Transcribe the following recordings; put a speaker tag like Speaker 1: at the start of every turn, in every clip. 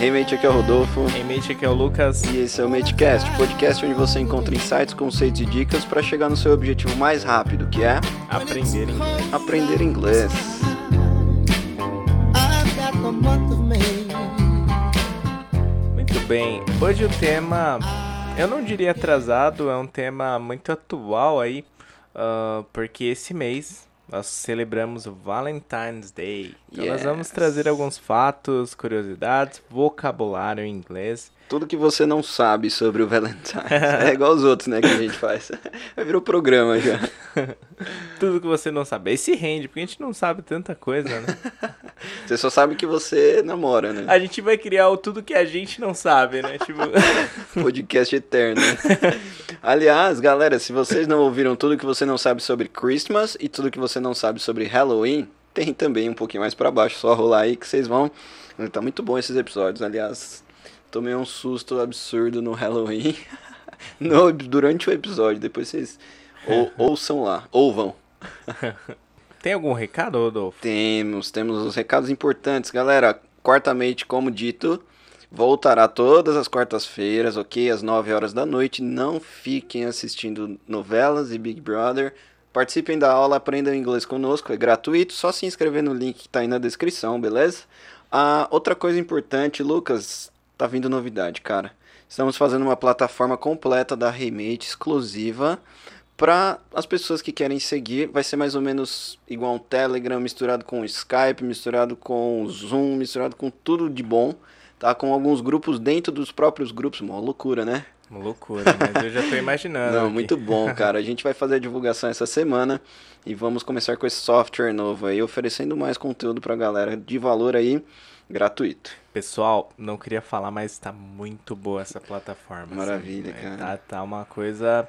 Speaker 1: Hey mate, aqui é o Rodolfo
Speaker 2: Ei, mate, aqui é o Lucas.
Speaker 1: e esse é o Matecast, podcast onde você encontra insights, conceitos e dicas para chegar no seu objetivo mais rápido, que é
Speaker 2: Aprender inglês.
Speaker 1: aprender inglês.
Speaker 2: Muito bem. Hoje o tema, eu não diria atrasado, é um tema muito atual aí, ah, porque esse mês nós celebramos o Valentine's Day. Então nós
Speaker 1: Yes.
Speaker 2: vamos trazer alguns fatos, curiosidades, vocabulário em inglês.
Speaker 1: Tudo que você não sabe sobre o Valentine's. É igual os outros, né, que a gente faz. Aí Virou programa já.
Speaker 2: Tudo que você não sabe. Esse rende, porque a gente não sabe tanta coisa, né?
Speaker 1: Você só sabe que você namora, né?
Speaker 2: A gente vai criar o tudo que a gente não sabe, né? Tipo,
Speaker 1: Podcast eterno. Aliás, galera, se vocês não ouviram tudo que você não sabe sobre Christmas e tudo que você não sabe sobre Halloween, tem também um pouquinho mais pra baixo, só rolar aí que vocês vão. Tá muito bom esses episódios. Aliás, tomei um susto absurdo no Halloween. No- durante o episódio, depois vocês ou, ouçam lá, ou vão.
Speaker 2: tem algum recado, Rodolfo?
Speaker 1: Temos, temos os recados importantes, galera. Quartamente, como dito, voltará todas as quartas-feiras, ok? Às 9 horas da noite. Não fiquem assistindo novelas e Big Brother. Participem da aula, aprendam inglês conosco, é gratuito, só se inscrever no link que tá aí na descrição, beleza? Ah, outra coisa importante, Lucas, tá vindo novidade, cara. Estamos fazendo uma plataforma completa da Remate exclusiva para as pessoas que querem seguir, vai ser mais ou menos igual um Telegram, misturado com o Skype, misturado com o Zoom, misturado com tudo de bom, tá? Com alguns grupos dentro dos próprios grupos, uma loucura, né?
Speaker 2: Uma loucura, mas eu já tô imaginando.
Speaker 1: Não,
Speaker 2: aqui.
Speaker 1: muito bom, cara. A gente vai fazer a divulgação essa semana e vamos começar com esse software novo aí, oferecendo mais conteúdo pra galera de valor aí, gratuito.
Speaker 2: Pessoal, não queria falar, mas tá muito boa essa plataforma. assim,
Speaker 1: Maravilha,
Speaker 2: né?
Speaker 1: cara.
Speaker 2: Tá, tá uma coisa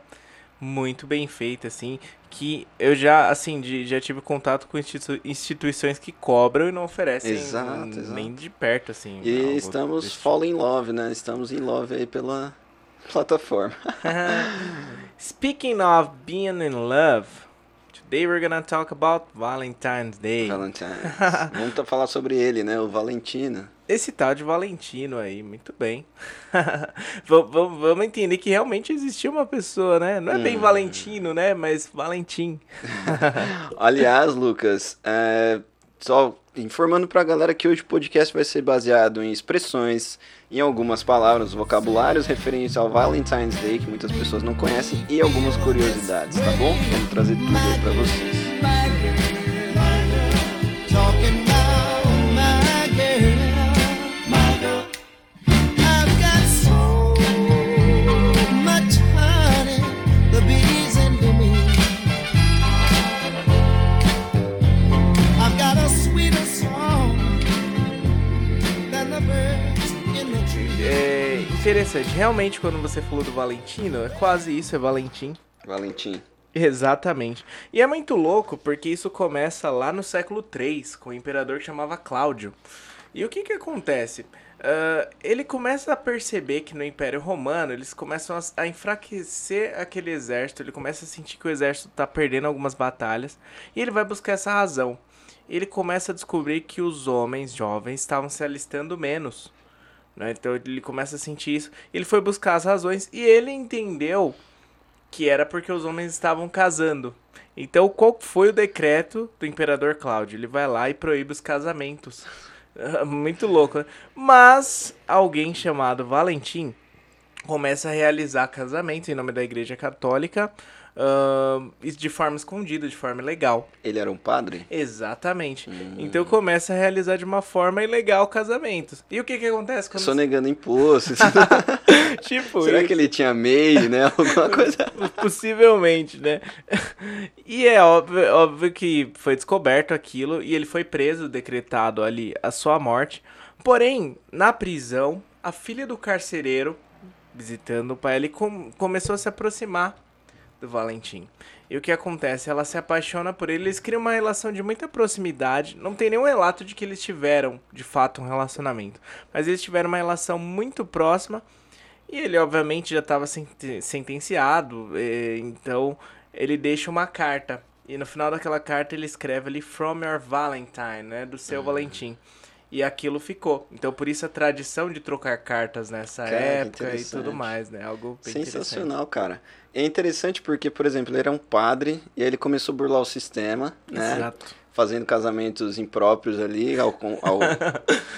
Speaker 2: muito bem feita, assim, que eu já, assim, de- já tive contato com institu- instituições que cobram e não oferecem
Speaker 1: Exato,
Speaker 2: nem
Speaker 1: exato.
Speaker 2: de perto, assim.
Speaker 1: E
Speaker 2: algo
Speaker 1: estamos
Speaker 2: desse
Speaker 1: fall in love, né? Estamos em love aí pela plataforma.
Speaker 2: Speaking of being in love, today we're gonna talk about Valentine's Day.
Speaker 1: Valentine's. Vamos tá- falar sobre ele, né? O Valentino.
Speaker 2: Esse tal de Valentino aí, muito bem. V- v- Vamos entender que realmente existia uma pessoa, né? Não é bem Valentino, né? Mas Valentim.
Speaker 1: Aliás, Lucas, é, só informando pra galera que hoje o podcast vai ser baseado em expressões, em algumas palavras, vocabulários referentes ao Valentine's Day, que muitas pessoas não conhecem, e algumas curiosidades, tá bom? Vamos trazer tudo aí pra vocês.
Speaker 2: É interessante, realmente quando você falou do Valentino, é quase isso, é Valentim.
Speaker 1: Valentim.
Speaker 2: Exatamente. E é muito louco porque isso começa lá no século III, com o imperador que chamava Cláudio. E o que que acontece? Ah, ele começa a perceber que no Império Romano eles começam a, a enfraquecer aquele exército, ele começa a sentir que o exército está perdendo algumas batalhas e ele vai buscar essa razão. Ele começa a descobrir que os homens jovens estavam se alistando menos. né? Então ele começa a sentir isso. Ele foi buscar as razões e ele entendeu que era porque os homens estavam casando. Então, qual foi o decreto do imperador Cláudio? Ele vai lá e proíbe os casamentos. Muito louco, né? Mas alguém chamado Valentim começa a realizar casamentos em nome da Igreja Católica, ahn, e de forma escondida, de forma ilegal.
Speaker 1: Ele era um padre?
Speaker 2: Exatamente. Então começa a realizar de uma forma ilegal casamentos. E o que que acontece quando...
Speaker 1: Só negando imposto.
Speaker 2: tipo,
Speaker 1: Será que ele tinha MEI, né? Alguma coisa.
Speaker 2: Possivelmente, né? E é óbvio, óbvio que foi descoberto aquilo e ele foi preso, decretado ali a sua morte. Porém, na prisão, a filha do carcereiro, visitando o pai, ele com- começou a se aproximar do Valentim. E o que acontece? Ela se apaixona por ele, eles criam uma relação de muita proximidade. Não tem nenhum relato de que eles tiveram, de fato, um relacionamento. Mas eles tiveram uma relação muito próxima. E ele, obviamente, já estava sentenciado, eh, então ele deixa uma carta. E no final daquela carta ele escreve ali From Your Valentine, né? Do
Speaker 1: Uhum.
Speaker 2: seu Valentim. E aquilo ficou. Então por isso a tradição de trocar cartas nessa
Speaker 1: Cara, que
Speaker 2: época e tudo
Speaker 1: interessante.
Speaker 2: mais, né? Algo bem interessante.
Speaker 1: Sensacional, cara. É interessante porque, por exemplo, ele era um padre e aí ele começou a burlar o sistema, né?
Speaker 2: Exato.
Speaker 1: Fazendo casamentos impróprios ali, ao, con- ao,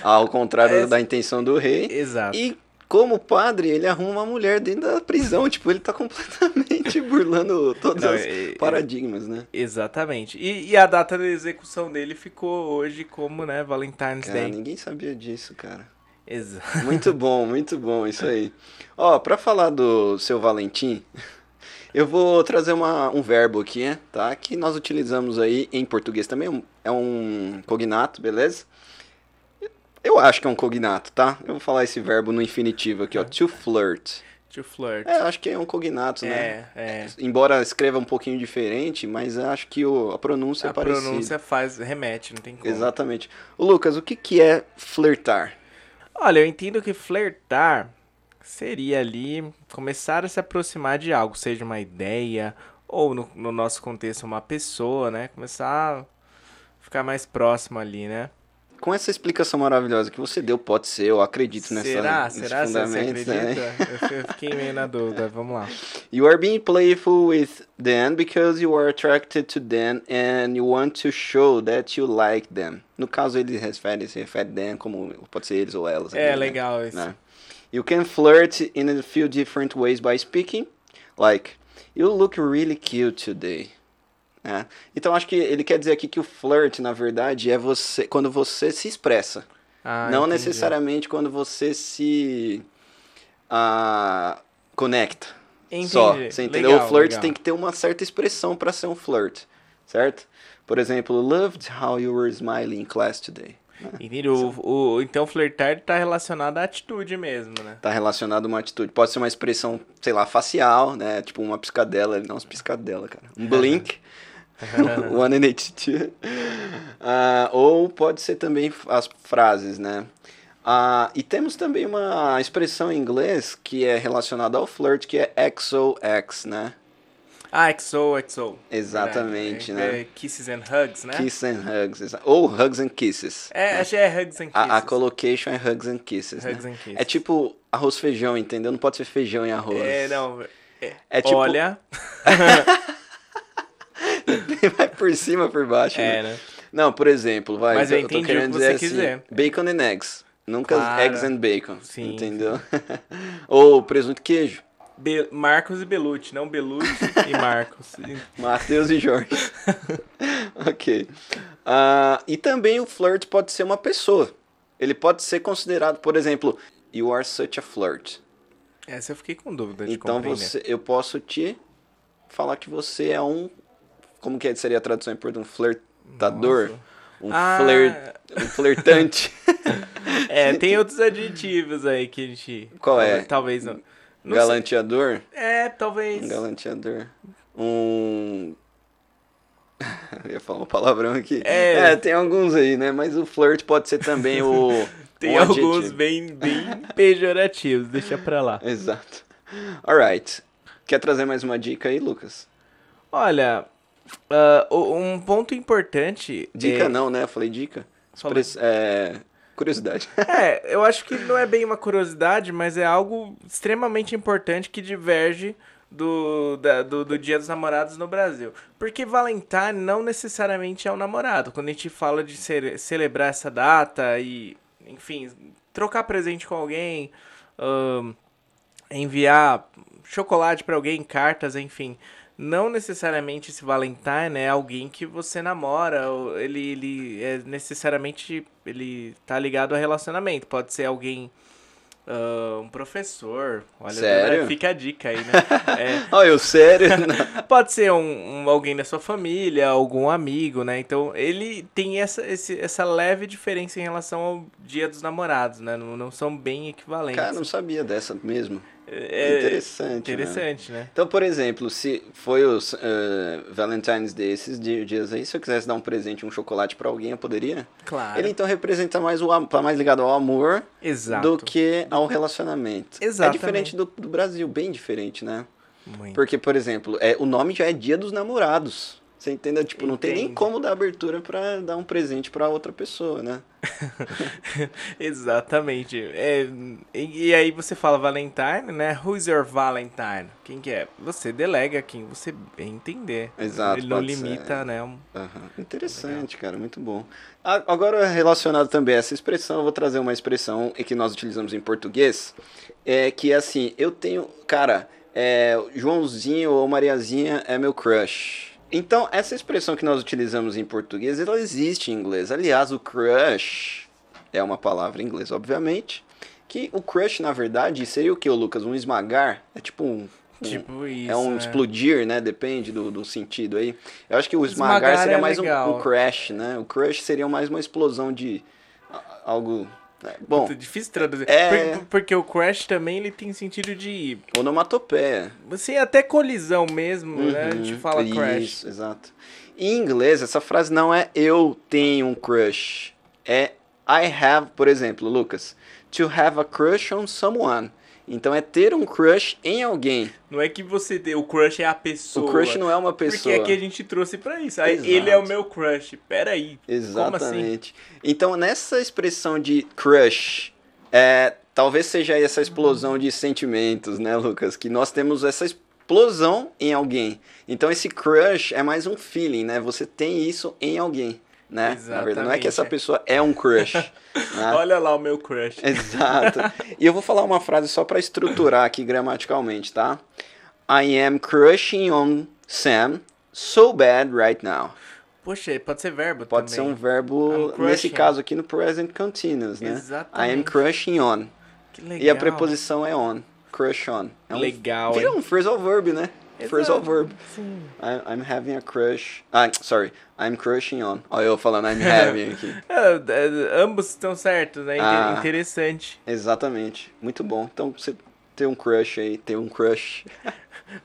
Speaker 1: ao contrário
Speaker 2: É.
Speaker 1: da intenção do rei.
Speaker 2: Exato.
Speaker 1: E como padre, ele arruma uma mulher dentro da prisão. Tipo, ele tá completamente burlando todos
Speaker 2: Não,
Speaker 1: os
Speaker 2: e-
Speaker 1: paradigmas, né?
Speaker 2: Exatamente. E, e a data da execução dele ficou hoje como, né, Valentine's
Speaker 1: Cara,
Speaker 2: Day.
Speaker 1: ninguém sabia disso, cara.
Speaker 2: Exato.
Speaker 1: Muito bom, muito bom, isso aí. Ó, pra falar do seu Valentim, eu vou trazer uma, um verbo aqui, né, tá? Que nós utilizamos aí em português também. é um- É um cognato, beleza? Eu acho que é um cognato, tá? Eu vou falar esse verbo no infinitivo aqui, ó. To flirt.
Speaker 2: To flirt.
Speaker 1: É, acho que é um cognato, né?
Speaker 2: É, é.
Speaker 1: Embora escreva um pouquinho diferente, mas acho que o, a pronúncia é
Speaker 2: A
Speaker 1: parecida.
Speaker 2: pronúncia faz, remete, não tem como.
Speaker 1: Exatamente. Ô, Lucas, o que, que é flertar?
Speaker 2: Olha, eu entendo que flertar seria ali começar a se aproximar de algo, seja uma ideia ou no, no nosso contexto uma pessoa, né? Começar a ficar mais próximo ali, né?
Speaker 1: Com essa explicação maravilhosa que você deu, pode ser, eu acredito nessa,
Speaker 2: será?
Speaker 1: nesses
Speaker 2: Será? Você você
Speaker 1: fundamentos,
Speaker 2: acredita?
Speaker 1: né?
Speaker 2: Eu- Eu fiquei meio na dúvida. Vamos lá.
Speaker 1: You are being playful with them because you are attracted to them and you want to show that you like them. No caso, ele refere, se refere them como pode ser eles ou elas. ali,
Speaker 2: É
Speaker 1: né?
Speaker 2: legal isso.
Speaker 1: Né? You can flirt in a few different ways by speaking, like you look really cute today. né? Então acho que ele quer dizer aqui que o flirt, na verdade, é você quando você se expressa.
Speaker 2: Ah,
Speaker 1: não
Speaker 2: entendi.
Speaker 1: necessariamente quando você se ah, conecta.
Speaker 2: Entendi.
Speaker 1: Só, você entendeu?
Speaker 2: Legal,
Speaker 1: o flirt
Speaker 2: legal.
Speaker 1: tem que ter uma certa expressão para ser um flirt, certo? Por exemplo, loved how you were smiling in class today.
Speaker 2: Entendi. O, o- então flertar tá relacionado à atitude mesmo, né?
Speaker 1: Tá relacionado a uma atitude. Pode ser uma expressão, sei lá, facial, né? Tipo uma piscadela. Não, uma piscadela, cara. Um blink. One in each two. Ah, ou pode ser também as frases, né? Ah, e temos também uma expressão em inglês que é relacionada ao flirt, que é XOX, né?
Speaker 2: Ah, XO, XO.
Speaker 1: Exatamente,
Speaker 2: Verdade.
Speaker 1: né?
Speaker 2: É, Kisses and hugs, né?
Speaker 1: Kiss and hugs. exa- Ou hugs and kisses. Né?
Speaker 2: É, acho que é hugs and kisses.
Speaker 1: A, a collocation é hugs and kisses,
Speaker 2: Hugs
Speaker 1: né?
Speaker 2: and kisses.
Speaker 1: É tipo arroz feijão, entendeu? Não pode ser feijão e arroz.
Speaker 2: É, não. É,
Speaker 1: É tipo-
Speaker 2: Olha.
Speaker 1: vai por cima, por baixo.
Speaker 2: É, né?
Speaker 1: Não, por exemplo, vai.
Speaker 2: Mas eu
Speaker 1: tô
Speaker 2: entendi
Speaker 1: querendo
Speaker 2: o que você
Speaker 1: dizer
Speaker 2: quiser.
Speaker 1: assim, bacon and eggs. Nunca
Speaker 2: Claro.
Speaker 1: eggs and bacon.
Speaker 2: Sim.
Speaker 1: Entendeu? Ou presunto e queijo.
Speaker 2: Be- Marcos e Belucci, não Belucci e Marcos.
Speaker 1: Matheus e Jorge. ok. Ah, e também o flirt pode ser uma pessoa. Ele pode ser considerado, por exemplo, you are such a flirt.
Speaker 2: Essa eu fiquei com dúvida de
Speaker 1: Então
Speaker 2: compreender.
Speaker 1: você, eu posso te falar que você é um. Como que seria a tradução em português? Um flertador?
Speaker 2: Nossa.
Speaker 1: Um,
Speaker 2: Ah.
Speaker 1: flir- um flertante?
Speaker 2: É, tem outros adjetivos aí que a gente...
Speaker 1: Qual é?
Speaker 2: Talvez não. não
Speaker 1: galanteador?
Speaker 2: sei. É,
Speaker 1: Um
Speaker 2: talvez...
Speaker 1: galanteador. Um. Eu ia falar um palavrão aqui.
Speaker 2: É.
Speaker 1: tem alguns aí, né? Mas o flirt pode ser também o.
Speaker 2: Tem
Speaker 1: um
Speaker 2: alguns
Speaker 1: adjetivo.
Speaker 2: bem, bem pejorativos, deixa pra lá.
Speaker 1: Exato. Alright. Quer trazer mais uma dica aí, Lucas?
Speaker 2: Olha, ah, o- um ponto importante...
Speaker 1: Dica
Speaker 2: é-
Speaker 1: não, né? Eu falei dica.
Speaker 2: Falei.
Speaker 1: Express- É... Curiosidade.
Speaker 2: É, eu acho que não é bem uma curiosidade, mas é algo extremamente importante que diverge do, da- do, do Dia dos Namorados no Brasil. Porque Valentine não necessariamente é um namorado. Quando a gente fala de cele- celebrar essa data e, enfim, trocar presente com alguém, ahn, enviar chocolate pra alguém, cartas, enfim. Não necessariamente esse Valentine é alguém que você namora, ou ele, ele é necessariamente ele tá ligado a relacionamento. Pode ser alguém, ah, um professor. Olha,
Speaker 1: Sério?
Speaker 2: fica a dica aí, né? É,
Speaker 1: Olha, eu sério?
Speaker 2: pode ser um, um- alguém da sua família, algum amigo, né? Então ele tem essa, esse- essa leve diferença em relação ao Dia dos Namorados, né? Não, não são bem equivalentes.
Speaker 1: Cara, não sabia dessa mesmo.
Speaker 2: É,
Speaker 1: interessante, né?
Speaker 2: Interessante, né?
Speaker 1: Então, por exemplo, se foi os eh, Valentine's Day esses di- dias aí, se eu quisesse dar um presente, um chocolate pra alguém, eu poderia?
Speaker 2: Claro.
Speaker 1: Ele então representa mais o am- tá mais ligado ao amor
Speaker 2: Exato.
Speaker 1: do que ao relacionamento.
Speaker 2: Exatamente.
Speaker 1: É diferente do, do Brasil, bem diferente, né?
Speaker 2: Muito.
Speaker 1: Porque, por exemplo, é, o nome já é Dia dos Namorados. Você entendeu? Tipo, não tem nem
Speaker 2: Entendo.
Speaker 1: como dar abertura pra dar um presente pra outra pessoa, né?
Speaker 2: Exatamente. É, e, e aí você fala Valentine, né? Who's your Valentine? Quem que é? Você delega quem você bem entender.
Speaker 1: Exato,
Speaker 2: Ele não
Speaker 1: pode ser.
Speaker 2: limita, né? um-
Speaker 1: Aham. Interessante, cara, muito bom. A- Agora, relacionado também a essa expressão, eu vou trazer uma expressão e que nós utilizamos em português, é que é assim, eu tenho, cara, é, Joãozinho ou Mariazinha é meu crush. Então, essa expressão que nós utilizamos em português, ela existe em inglês. Aliás, o crush é uma palavra em inglês, obviamente, que o crush, na verdade, seria o que, Lucas? Um esmagar? É tipo um... um-
Speaker 2: Tipo isso.
Speaker 1: é um
Speaker 2: né?
Speaker 1: explodir, né? Depende do, do sentido aí. Eu acho que o esmagar,
Speaker 2: Esmagar
Speaker 1: seria
Speaker 2: é
Speaker 1: mais um,
Speaker 2: legal.
Speaker 1: um crash, né? O crash seria mais uma explosão de a- algo. né? Bom,
Speaker 2: Puta, difícil traduzir.
Speaker 1: É.
Speaker 2: Por- porque o Crash também ele tem sentido de.
Speaker 1: onomatopeia.
Speaker 2: Você Assim, até colisão mesmo, né? A gente
Speaker 1: Uhum,
Speaker 2: fala Crash.
Speaker 1: Isso, exato. Em inglês, essa frase não é eu tenho um crush. É I have, por exemplo, Lucas. To have a crush on someone. Então é ter um crush em alguém.
Speaker 2: Não é que você tem. O Crush é a pessoa.
Speaker 1: O crush não é uma
Speaker 2: Porque
Speaker 1: pessoa.
Speaker 2: aqui a gente trouxe pra isso. Aí,
Speaker 1: Exato.
Speaker 2: ele é o meu crush. Peraí.
Speaker 1: Exatamente. Então, nessa expressão de crush, é, talvez seja aí essa explosão de sentimentos, né, Lucas? Que nós temos essa explosão em alguém. Então, esse crush é mais um feeling, né? Você tem isso em alguém, né? Na verdade, não é que essa
Speaker 2: Exatamente.
Speaker 1: pessoa é um crush. né?
Speaker 2: Olha lá o meu crush.
Speaker 1: Exato. E eu vou falar uma frase só para estruturar aqui gramaticalmente, tá? I am crushing on Sam so bad right now.
Speaker 2: Poxa, pode ser verbo
Speaker 1: Pode ser um
Speaker 2: também.
Speaker 1: verbo,
Speaker 2: I'm
Speaker 1: nesse
Speaker 2: crushing.
Speaker 1: caso aqui, no present continuous, né? I am
Speaker 2: Exatamente.
Speaker 1: crushing on.
Speaker 2: Que legal.
Speaker 1: E a preposição é on. Crush on. É um,
Speaker 2: Legal,
Speaker 1: Vira
Speaker 2: hein?
Speaker 1: um phrasal verb, né? Phrasal
Speaker 2: Exato.
Speaker 1: verb.
Speaker 2: Sim.
Speaker 1: I- I'm having a crush. Ah, sorry. I'm crushing on. Olha eu falando I'm having aqui.
Speaker 2: Ah, d- ambos estão certos, né? Inte-
Speaker 1: Ah.
Speaker 2: Interessante.
Speaker 1: Exatamente. Muito bom. Então, você ter um crush aí, ter um crush.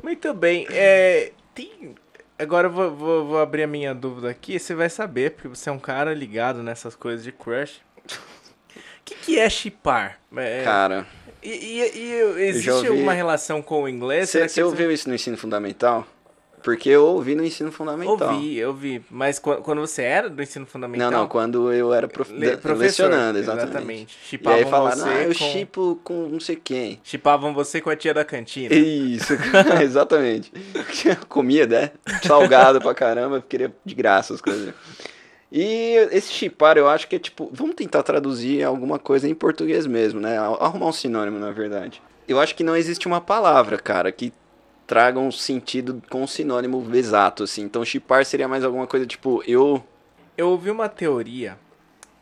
Speaker 2: Muito bem. É, tem... Agora eu vou, vou- vou abrir a minha dúvida aqui. Você vai saber, porque você é um cara ligado nessas coisas de crush. O que, que é chipar? É,
Speaker 1: Cara,
Speaker 2: e, e- e eu- existe
Speaker 1: ouvi-
Speaker 2: uma relação com o inglês? É, Será
Speaker 1: você
Speaker 2: que
Speaker 1: você ouviu isso no ensino fundamental? Porque eu ouvi no ensino fundamental.
Speaker 2: Ouvi, eu vi. Mas quan- quando você era do ensino fundamental?
Speaker 1: então? Não, não, quando eu era prof...
Speaker 2: le-
Speaker 1: da- lecionando, exatamente. E
Speaker 2: Chipavam
Speaker 1: aí falaram,
Speaker 2: você
Speaker 1: ah, eu
Speaker 2: com...
Speaker 1: chipo com não sei quem.
Speaker 2: Chipavam você com a tia da cantina.
Speaker 1: Isso, cara, exatamente. Comida, né? Salgado pra caramba, queria de graça as coisas. E esse chipar, eu acho que é tipo, vamos tentar traduzir alguma coisa em português mesmo, né? Arrumar um sinônimo, na verdade. Eu acho que não existe uma palavra, cara, que traga um sentido com um sinônimo exato, assim. Então, chipar seria mais alguma coisa tipo, eu.
Speaker 2: Eu ouvi uma teoria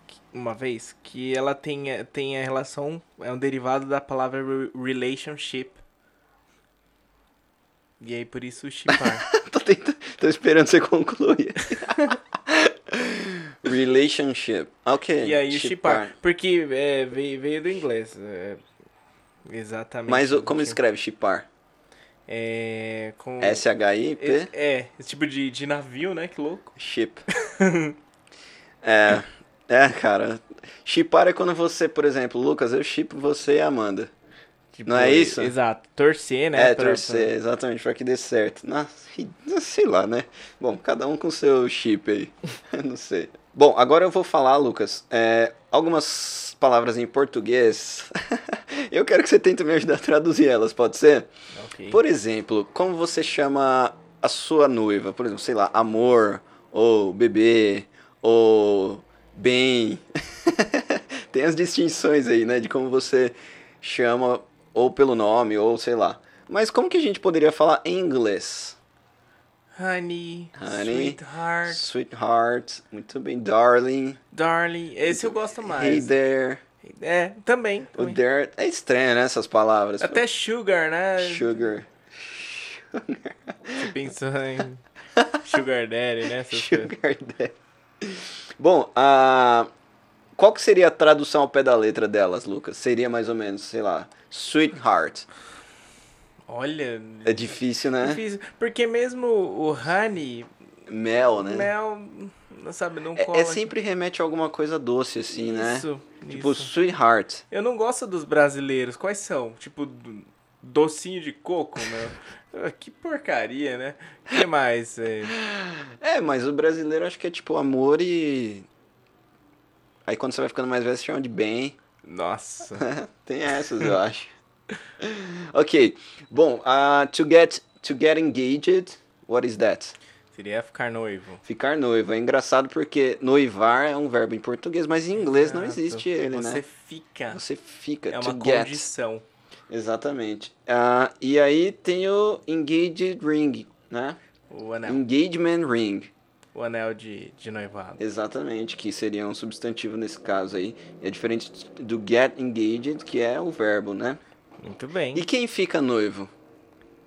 Speaker 2: que- uma vez que ela tem, a- tem a relação, é um derivado da palavra re- relationship. E aí por isso chipar.
Speaker 1: tô, tentando, tô esperando você concluir. Relationship. Ah, Ok.
Speaker 2: e aí o chipar. Porque é, veio, veio do inglês. é, exatamente.
Speaker 1: Mas o- como
Speaker 2: Tipo,
Speaker 1: escreve chipar?
Speaker 2: É. Com.
Speaker 1: S-H-I-P?
Speaker 2: é, é, esse tipo de, de navio, né? Que louco.
Speaker 1: Chip. é. É, cara. Chipar é quando você, por exemplo, Lucas, eu chipo você e a Amanda.
Speaker 2: Tipo,
Speaker 1: Não é isso?
Speaker 2: Exato. Torcer, né?
Speaker 1: É,
Speaker 2: pra-
Speaker 1: torcer, exatamente, pra que dê certo. Na- sei lá, né? Bom, cada um com seu chip aí. Não sei. Bom, agora eu vou falar, Lucas, é, algumas palavras em português. eu quero que você tente me ajudar a traduzir elas, pode ser?
Speaker 2: pra- ok.
Speaker 1: Por exemplo, como você chama a sua noiva? Por exemplo, sei lá, amor, ou bebê, ou bem. Tem as distinções aí, né? De como você chama, ou pelo nome, ou sei lá. Mas como que a gente poderia falar em inglês?
Speaker 2: Honey,
Speaker 1: Honey,
Speaker 2: sweetheart,
Speaker 1: Sweetheart, muito bem, darling,
Speaker 2: darling. Esse eu gosto
Speaker 1: hey
Speaker 2: mais.
Speaker 1: there.
Speaker 2: É, também.
Speaker 1: O
Speaker 2: também.
Speaker 1: there é estranho, né? Essas palavras.
Speaker 2: Até sugar, né?
Speaker 1: Sugar.
Speaker 2: Você pensou em sugar daddy, né? Essas coisas.
Speaker 1: Sugar Daddy. Bom, a... qual que seria a tradução ao pé da letra delas, Lucas? Seria mais ou menos, sei lá, Sweetheart.
Speaker 2: Olha,
Speaker 1: É difícil, né?
Speaker 2: difícil. Porque mesmo o honey,
Speaker 1: Mel, né?
Speaker 2: mel, não sabe, não
Speaker 1: É-
Speaker 2: cola.
Speaker 1: É, sempre remete a alguma coisa doce, assim, né?
Speaker 2: Isso,
Speaker 1: Tipo,
Speaker 2: isso.
Speaker 1: Sweetheart.
Speaker 2: Eu não gosto dos brasileiros. Quais são? Tipo, do- docinho de coco, meu. Que porcaria, né? O que mais? é?
Speaker 1: É, mas o brasileiro acho que é tipo amor e. Aí quando você vai ficando mais velho, você chama de bem.
Speaker 2: Nossa.
Speaker 1: Tem essas, eu acho. ok. Bom, ah, to get to get engaged, what is that?
Speaker 2: Seria ficar noivo.
Speaker 1: Ficar noivo. É engraçado porque noivar é um verbo em português, mas em inglês não
Speaker 2: Ah,
Speaker 1: existe
Speaker 2: tu-
Speaker 1: ele,
Speaker 2: Você
Speaker 1: né?
Speaker 2: fica.
Speaker 1: Você fica
Speaker 2: É
Speaker 1: to
Speaker 2: uma
Speaker 1: get.
Speaker 2: condição.
Speaker 1: Exatamente. Ah, e aí tem o engaged ring, né?
Speaker 2: O anel.
Speaker 1: Engagement ring.
Speaker 2: O anel de, de noivado.
Speaker 1: Exatamente, que seria um substantivo nesse caso aí. É diferente do get engaged, que é o verbo, né?
Speaker 2: Muito bem.
Speaker 1: E quem fica noivo?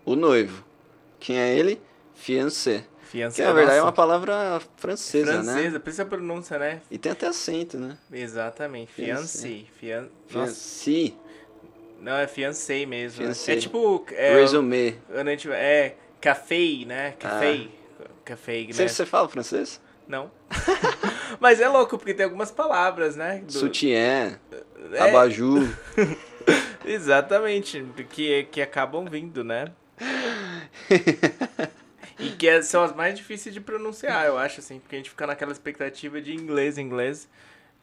Speaker 1: O noivo. Quem é ele? Fiancé.
Speaker 2: Fiança.
Speaker 1: Que na verdade é uma
Speaker 2: nossa,
Speaker 1: palavra francesa, né?
Speaker 2: francesa. Precisa pronúncia, né?
Speaker 1: E tem até acento, né?
Speaker 2: Exatamente. Fiancé. Fian... Nossa.
Speaker 1: Fiancé,
Speaker 2: Não, é fiancé mesmo. né?
Speaker 1: Fiancé.
Speaker 2: É tipo. É,
Speaker 1: resumé.
Speaker 2: quando a gente- é café, né? Café. Café, né?
Speaker 1: Você, você fala francês?
Speaker 2: Não. Mas é louco, porque tem algumas palavras, né? do-
Speaker 1: Sutiã,
Speaker 2: É,
Speaker 1: abajur.
Speaker 2: Exatamente, que, que acabam vindo, né? E que é- são as mais difíceis de pronunciar, eu acho, assim, porque a gente fica naquela expectativa de inglês, inglês,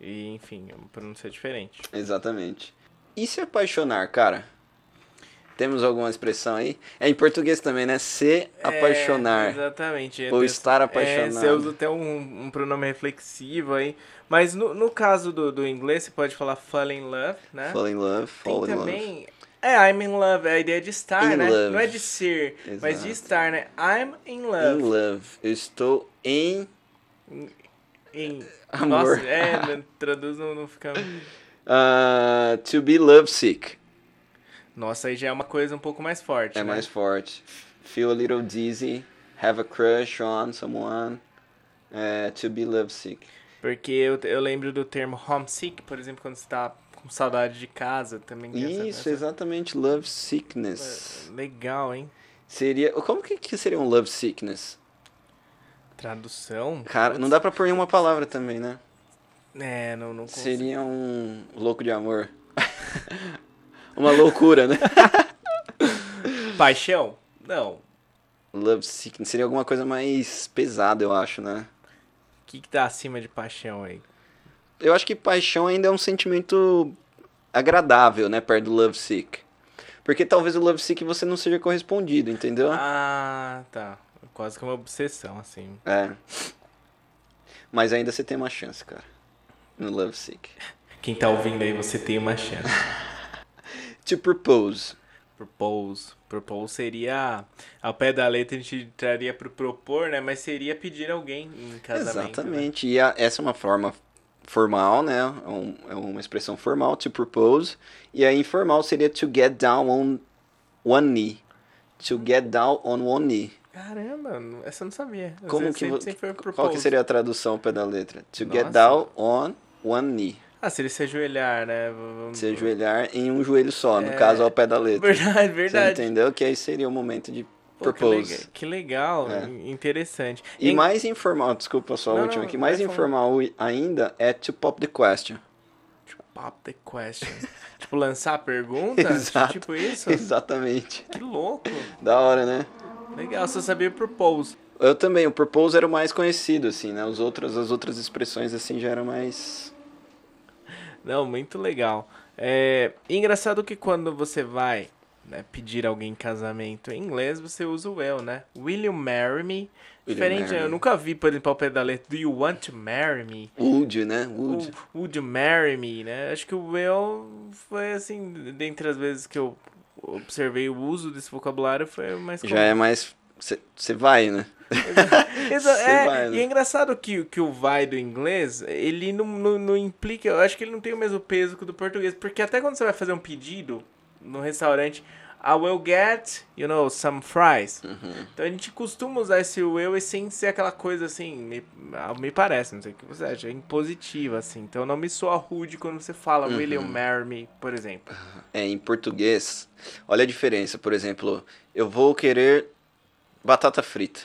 Speaker 2: e enfim, é uma pronúncia diferente.
Speaker 1: Exatamente. E se apaixonar, cara? Temos alguma expressão aí? É em português também, né? Se
Speaker 2: É,
Speaker 1: apaixonar.
Speaker 2: exatamente.
Speaker 1: Ou
Speaker 2: É,
Speaker 1: estar
Speaker 2: É, você
Speaker 1: apaixonado.
Speaker 2: usa até um, um pronome reflexivo aí. Mas no, no caso do, do inglês, você pode falar fall in love, né?
Speaker 1: Fall in love,
Speaker 2: Tem
Speaker 1: fall in love.
Speaker 2: também. É, I'm in love, é a ideia de estar,
Speaker 1: In
Speaker 2: né?
Speaker 1: love.
Speaker 2: Não é de ser, mas
Speaker 1: Exato.
Speaker 2: de estar, né? I'm in
Speaker 1: In
Speaker 2: love.
Speaker 1: love. Eu estou em.
Speaker 2: Em-
Speaker 1: Amor.
Speaker 2: Nossa, é, né, traduz não, não fica.
Speaker 1: ah, to be lovesick.
Speaker 2: Nossa, aí já é uma coisa um pouco mais forte.
Speaker 1: É
Speaker 2: né?
Speaker 1: mais forte. Feel a little dizzy. Have a crush on someone. É, to be lovesick.
Speaker 2: Porque eu, eu lembro do termo homesick, por exemplo, quando você tá com saudade de casa também. tem essa- É,
Speaker 1: Isso,
Speaker 2: essa-
Speaker 1: exatamente. Lovesickness.
Speaker 2: Legal, hein?
Speaker 1: Seria. Como que, que seria um lovesickness?
Speaker 2: Tradução?
Speaker 1: Cara, não dá pra pôr em uma palavra também, né?
Speaker 2: É, não, não consigo.
Speaker 1: Seria um louco de amor. Uma loucura, né?
Speaker 2: Paixão? Não.
Speaker 1: Love sickness seria alguma coisa mais pesada, eu acho, né?
Speaker 2: O que, que tá acima de paixão aí?
Speaker 1: Eu acho que paixão ainda é um sentimento agradável, né, perto do love sick. Porque talvez o love sick você não seja correspondido, entendeu?
Speaker 2: Ah, tá. Quase que uma obsessão, assim.
Speaker 1: É. Mas ainda você tem uma chance, cara. No love sick.
Speaker 2: Quem tá ouvindo aí, você tem uma chance.
Speaker 1: To propose.
Speaker 2: Propose. Propose seria. Ao pé da letra a gente traria pro propor, né? Mas seria pedir alguém em casamento. né?
Speaker 1: Exatamente. E a- essa é uma forma formal, né? É, um- é uma expressão formal, to propose. E a informal seria to get down on one knee. To
Speaker 2: Hum.
Speaker 1: get down on one knee.
Speaker 2: Caramba, não- essa eu não sabia. Eu
Speaker 1: Como
Speaker 2: sempre,
Speaker 1: que, vo-
Speaker 2: sempre foi propose.
Speaker 1: qual que seria a tradução ao pé da letra? To get
Speaker 2: Nossa.
Speaker 1: down on one knee.
Speaker 2: Ah, seria se ajoelhar, né? V- vamos-
Speaker 1: Se ajoelhar em um joelho só, no caso ao pé da letra.
Speaker 2: É, Verdade,
Speaker 1: Você
Speaker 2: verdade.
Speaker 1: entendeu? Que aí seria o momento de
Speaker 2: Pô, que
Speaker 1: propose.
Speaker 2: lega- que legal,
Speaker 1: É.
Speaker 2: in- interessante. É
Speaker 1: E
Speaker 2: Em-
Speaker 1: mais informal, desculpa só a
Speaker 2: Não,
Speaker 1: última
Speaker 2: não,
Speaker 1: aqui, mais
Speaker 2: vai falar.
Speaker 1: informal ainda é to pop the question.
Speaker 2: Tipo, Pop the question. tipo, lançar a pergunta?
Speaker 1: Exato.
Speaker 2: Tipo isso?
Speaker 1: Exatamente.
Speaker 2: Que louco.
Speaker 1: Da hora, né?
Speaker 2: Legal, só sabia propose.
Speaker 1: Eu também, o propose era o mais conhecido, assim, né? Os outros, as outras expressões, assim, já eram mais...
Speaker 2: Não, muito legal. É engraçado que quando você vai né, pedir alguém em casamento em inglês, você usa o eu, né? Will you marry me?
Speaker 1: Will you
Speaker 2: Diferente,
Speaker 1: marry
Speaker 2: eu
Speaker 1: me?
Speaker 2: nunca vi, por exemplo, ao pé da letra, do you want to marry me?
Speaker 1: Would, né? Would.
Speaker 2: Ou would you marry me, né? Acho que o will foi assim, dentre as vezes que eu observei o uso desse vocabulário, foi o mais comum.
Speaker 1: já é mais... Você vai, né?
Speaker 2: Exa-
Speaker 1: Cê
Speaker 2: é,
Speaker 1: vai, né?
Speaker 2: E é engraçado que, que o vai do inglês, ele não, não, não implica. Eu acho que ele não tem o mesmo peso que o do português. Porque até quando você vai fazer um pedido no restaurante, I will get, you know, some fries.
Speaker 1: Uhum.
Speaker 2: Então a gente costuma usar esse will e sem ser aquela coisa assim, me, ah, me parece, não sei o que você acha, é impositiva, assim. Então não me soa rude quando você fala
Speaker 1: Uhum.
Speaker 2: will you marry me, por exemplo.
Speaker 1: É, em português, olha a diferença. Por exemplo, eu vou querer batata frita.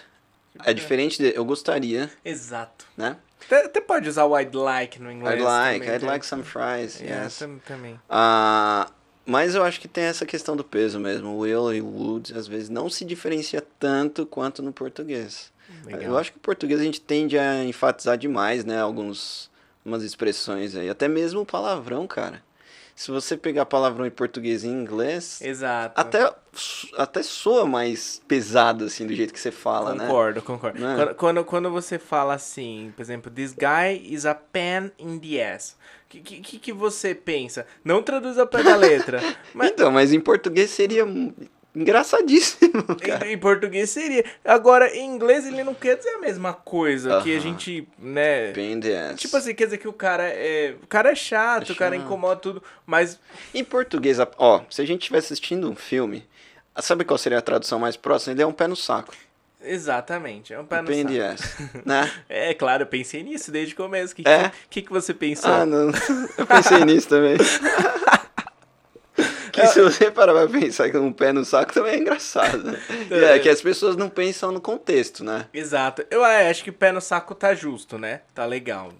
Speaker 1: É diferente de eu gostaria,
Speaker 2: Exato.
Speaker 1: né?
Speaker 2: Até, até pode usar o I'd like no inglês.
Speaker 1: I'd like,
Speaker 2: é também,
Speaker 1: I'd
Speaker 2: né?
Speaker 1: like some fries,
Speaker 2: Yeah,
Speaker 1: yes.
Speaker 2: tam- também.
Speaker 1: Ah, Mas eu acho que tem essa questão do peso mesmo. O Will e o Woods às vezes não se diferencia tanto quanto no português.
Speaker 2: Legal.
Speaker 1: Eu acho que o português a gente tende a enfatizar demais, né? Alguns, umas expressões aí. Até mesmo palavrão, cara. Se você pegar palavrão em português e em inglês,
Speaker 2: Exato.
Speaker 1: até, até soa mais pesado, assim, do jeito que você fala, né?
Speaker 2: Concordo, concordo.
Speaker 1: Né?
Speaker 2: Quando, quando, quando você fala assim, por exemplo, this guy is a pen in the ass. O que, que, que- que você pensa? Não traduza pé da letra. mas
Speaker 1: Então, mas em português seria um- engraçadíssimo, cara.
Speaker 2: em, em português seria. Agora, em inglês ele não quer dizer a mesma coisa que a
Speaker 1: Aham.
Speaker 2: gente, né?
Speaker 1: Pain in the ass.
Speaker 2: Tipo assim, quer dizer que o cara é. O cara é chato,
Speaker 1: É
Speaker 2: o cara
Speaker 1: chato.
Speaker 2: incomoda tudo, mas.
Speaker 1: Em português, a- ó, se a gente estiver assistindo um filme, sabe qual seria a tradução mais próxima? Ele é um pé no saco.
Speaker 2: Exatamente, é um pé
Speaker 1: Um
Speaker 2: no
Speaker 1: pain in
Speaker 2: saco.
Speaker 1: the ass, né?
Speaker 2: É claro, eu pensei nisso desde o começo. O que,
Speaker 1: É?
Speaker 2: que, que você pensou?
Speaker 1: Ah, não. Eu pensei nisso também. Que se você parar pra pensar que um pé no saco também é engraçado. É que as pessoas não pensam no contexto, né?
Speaker 2: Exato. Eu é, acho que pé no saco tá justo, né? Tá legal.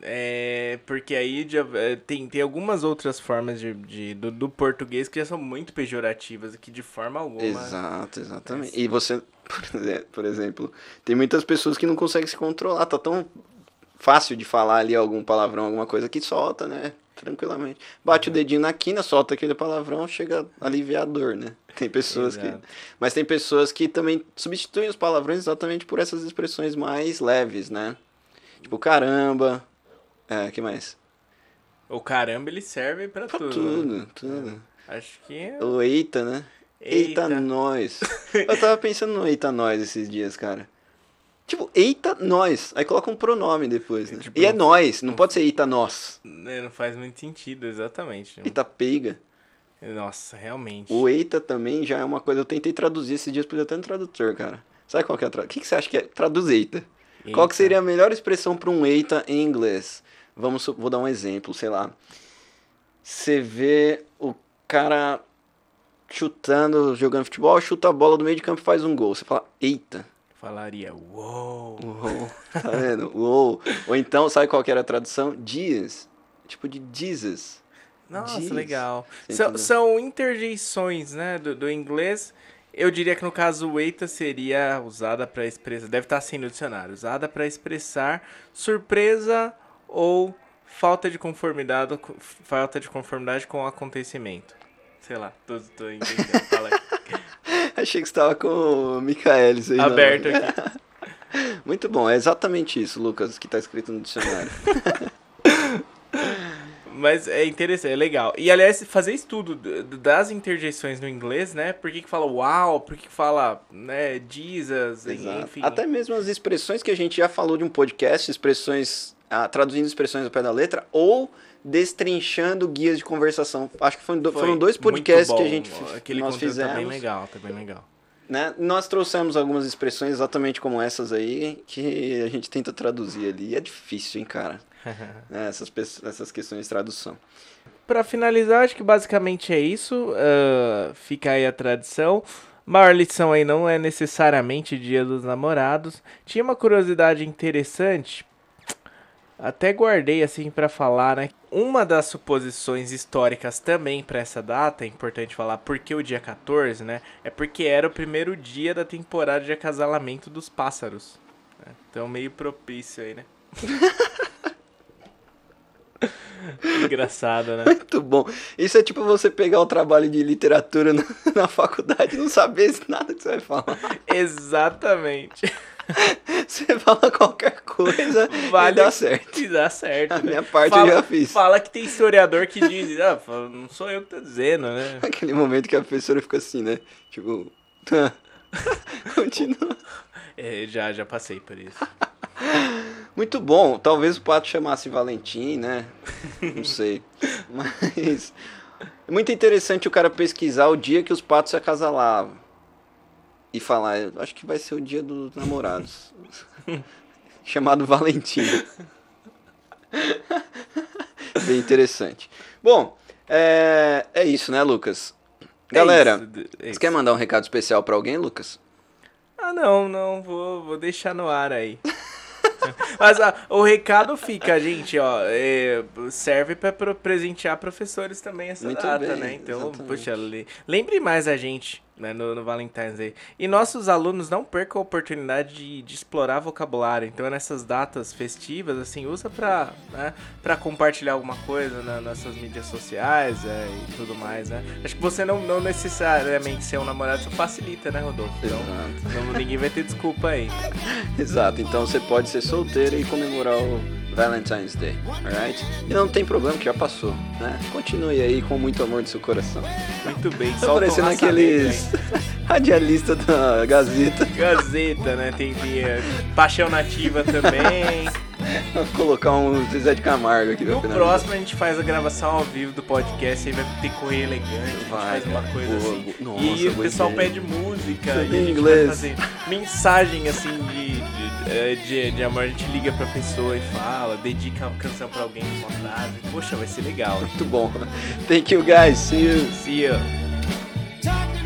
Speaker 2: É, porque aí já, é, tem, tem algumas outras formas de, de- do, do português que já são muito pejorativas e que de forma alguma.
Speaker 1: Exato, exatamente. E você, por exe- por exemplo, tem muitas pessoas que não conseguem se controlar, tá tão fácil de falar ali algum palavrão, alguma coisa que solta, né? Tranquilamente. Bate o dedinho na quina, solta aquele palavrão, chega a aliviar a dor, né? Tem pessoas que.
Speaker 2: Exato.
Speaker 1: Mas tem pessoas que também substituem os palavrões exatamente por essas expressões mais leves, né? Tipo, caramba. É, que mais?
Speaker 2: O caramba ele serve pra
Speaker 1: Pra
Speaker 2: tudo.
Speaker 1: tudo, tudo.
Speaker 2: Acho que é.
Speaker 1: O eita, né? Eita,
Speaker 2: Eita.
Speaker 1: nós. Eu tava pensando no eita nós esses dias, cara. Tipo, eita nós. Aí coloca um pronome depois, né?
Speaker 2: Tipo,
Speaker 1: E é
Speaker 2: não-
Speaker 1: nós, não pode ser eita nós.
Speaker 2: né, Não faz muito sentido, exatamente.
Speaker 1: Eita peiga.
Speaker 2: Nossa, realmente.
Speaker 1: Então O eita também já é uma coisa. Eu tentei traduzir esses dias, porque eu tenho um tradutor, cara. Sabe qual que é a tradução? O que, que você acha que é? Traduz eita. Qual que
Speaker 2: Eita.
Speaker 1: seria a melhor expressão pra um eita em inglês? Vamos, su- vou dar um exemplo, sei lá. Você vê o cara chutando, jogando futebol, chuta a bola do meio de campo e faz um gol. Você fala, eita.
Speaker 2: Falaria, uou.
Speaker 1: Uou, tá vendo? Uou. Ou então, sabe qual que era a tradução? Dias. Tipo de Jesus.
Speaker 2: Nossa,
Speaker 1: Diz.
Speaker 2: legal.
Speaker 1: Você
Speaker 2: São,
Speaker 1: entendeu?
Speaker 2: são interjeições, né, do, do inglês. Eu diria que no caso o eita seria usada para expressar, deve estar assim no dicionário, usada para expressar surpresa ou falta de conformidade, co- falta de conformidade com o acontecimento. Sei lá, tô, tô entendendo. Fala aí.
Speaker 1: Achei que você tava com o Michaelis aí. na-
Speaker 2: aberto aqui.
Speaker 1: Muito bom, é exatamente isso, Lucas, que tá escrito no dicionário.
Speaker 2: Mas é interessante, é legal. E aliás, fazer estudo d- d- das interjeições no inglês, né? Por que, que fala uau? Por que, que fala, né, Jesus,
Speaker 1: Exato.
Speaker 2: enfim.
Speaker 1: Até mesmo as expressões que a gente já falou de um podcast, expressões, ah, traduzindo expressões ao pé da letra, ou destrinchando guias de conversação. Acho que foram, do-
Speaker 2: Foi
Speaker 1: foram dois
Speaker 2: muito
Speaker 1: podcasts que a
Speaker 2: bom,
Speaker 1: gente fi-
Speaker 2: aquele
Speaker 1: nós
Speaker 2: conteúdo Tá bem
Speaker 1: fizemos.
Speaker 2: legal, tá bem legal.
Speaker 1: né? Nós trouxemos algumas expressões exatamente como essas aí, que a gente tenta traduzir ali. E é difícil, hein, cara? né? essas, pe- essas questões de tradução.
Speaker 2: Pra finalizar, acho que basicamente é isso. ah, fica aí a tradição. Maior lição aí não é necessariamente Dia dos Namorados. Tinha uma curiosidade interessante. Até guardei assim pra falar, né? Uma das suposições históricas também pra essa data, é importante falar porque o dia 14, né? É porque era o primeiro dia da temporada de acasalamento dos pássaros. né? Então meio propício aí, né? Engraçado, né?
Speaker 1: Muito bom. Isso é tipo você pegar o trabalho de literatura na, na faculdade e não saber nada que você vai falar.
Speaker 2: Exatamente.
Speaker 1: Você fala qualquer coisa
Speaker 2: Vale.
Speaker 1: e dá certo.
Speaker 2: E dá certo.
Speaker 1: A
Speaker 2: né?
Speaker 1: minha parte
Speaker 2: fala,
Speaker 1: eu já fiz.
Speaker 2: Fala que tem historiador que diz, ah, fala, não sou eu que tô dizendo, né?
Speaker 1: Aquele momento que a professora fica assim, né? Tipo... tá. Continua.
Speaker 2: É, já, já passei por isso.
Speaker 1: Muito bom. Talvez o pato chamasse Valentim, né? Não sei. Mas é muito interessante o cara pesquisar o dia que os patos se acasalavam. E falar, "Eu acho que vai ser o dia dos namorados. Chamado Valentim. Bem interessante. Bom, é, é isso, né, Lucas? Galera,
Speaker 2: É isso, é
Speaker 1: você
Speaker 2: isso.
Speaker 1: quer mandar um recado especial pra alguém, Lucas?
Speaker 2: Ah, não, não, vou, vou deixar no ar aí. Mas ó, o recado fica, gente, ó. é, serve pra pro- presentear professores também essa
Speaker 1: Muito
Speaker 2: data,
Speaker 1: bem,
Speaker 2: né? Então,
Speaker 1: exatamente.
Speaker 2: puxa, le- lembre mais a gente. Né, no, no Valentine's Day. E nossos alunos não percam a oportunidade de, de explorar vocabulário. Então, é nessas datas festivas, assim, usa pra, né, pra compartilhar alguma coisa na- nas suas mídias sociais é, e tudo mais, né? Acho que você não, não necessariamente ser um namorado, isso facilita, né, Rodolfo? Então,
Speaker 1: Exato.
Speaker 2: não- ninguém vai ter desculpa aí.
Speaker 1: Exato, então você pode ser solteiro e comemorar o Valentine's Day, alright? E não tem problema que já passou, né? Continue aí com muito amor do seu coração.
Speaker 2: Muito bem, um
Speaker 1: Tá
Speaker 2: só
Speaker 1: parecendo aqueles radialistas da Gazeta.
Speaker 2: Gazeta, né? Tem, tem eh, Paixão Nativa também.
Speaker 1: Vou colocar um Zezé de Camargo aqui pra
Speaker 2: No
Speaker 1: finalizar.
Speaker 2: próximo a gente faz a gravação ao vivo do podcast, aí vai ter correr elegante, a gente
Speaker 1: Vai,
Speaker 2: faz uma
Speaker 1: cara.
Speaker 2: coisa
Speaker 1: Boa,
Speaker 2: assim.
Speaker 1: boa.
Speaker 2: e
Speaker 1: Nossa,
Speaker 2: o
Speaker 1: boa
Speaker 2: pessoal
Speaker 1: ideia.
Speaker 2: pede música,
Speaker 1: Tudo
Speaker 2: e a
Speaker 1: em
Speaker 2: gente
Speaker 1: inglês.
Speaker 2: vai fazer mensagem assim de, de, eh, de, de amor, a gente liga pra pessoa e fala, dedica uma canção pra alguém uma frase. Poxa, vai ser legal.
Speaker 1: Muito bom. Thank you guys. See you.
Speaker 2: See ya.
Speaker 3: Talk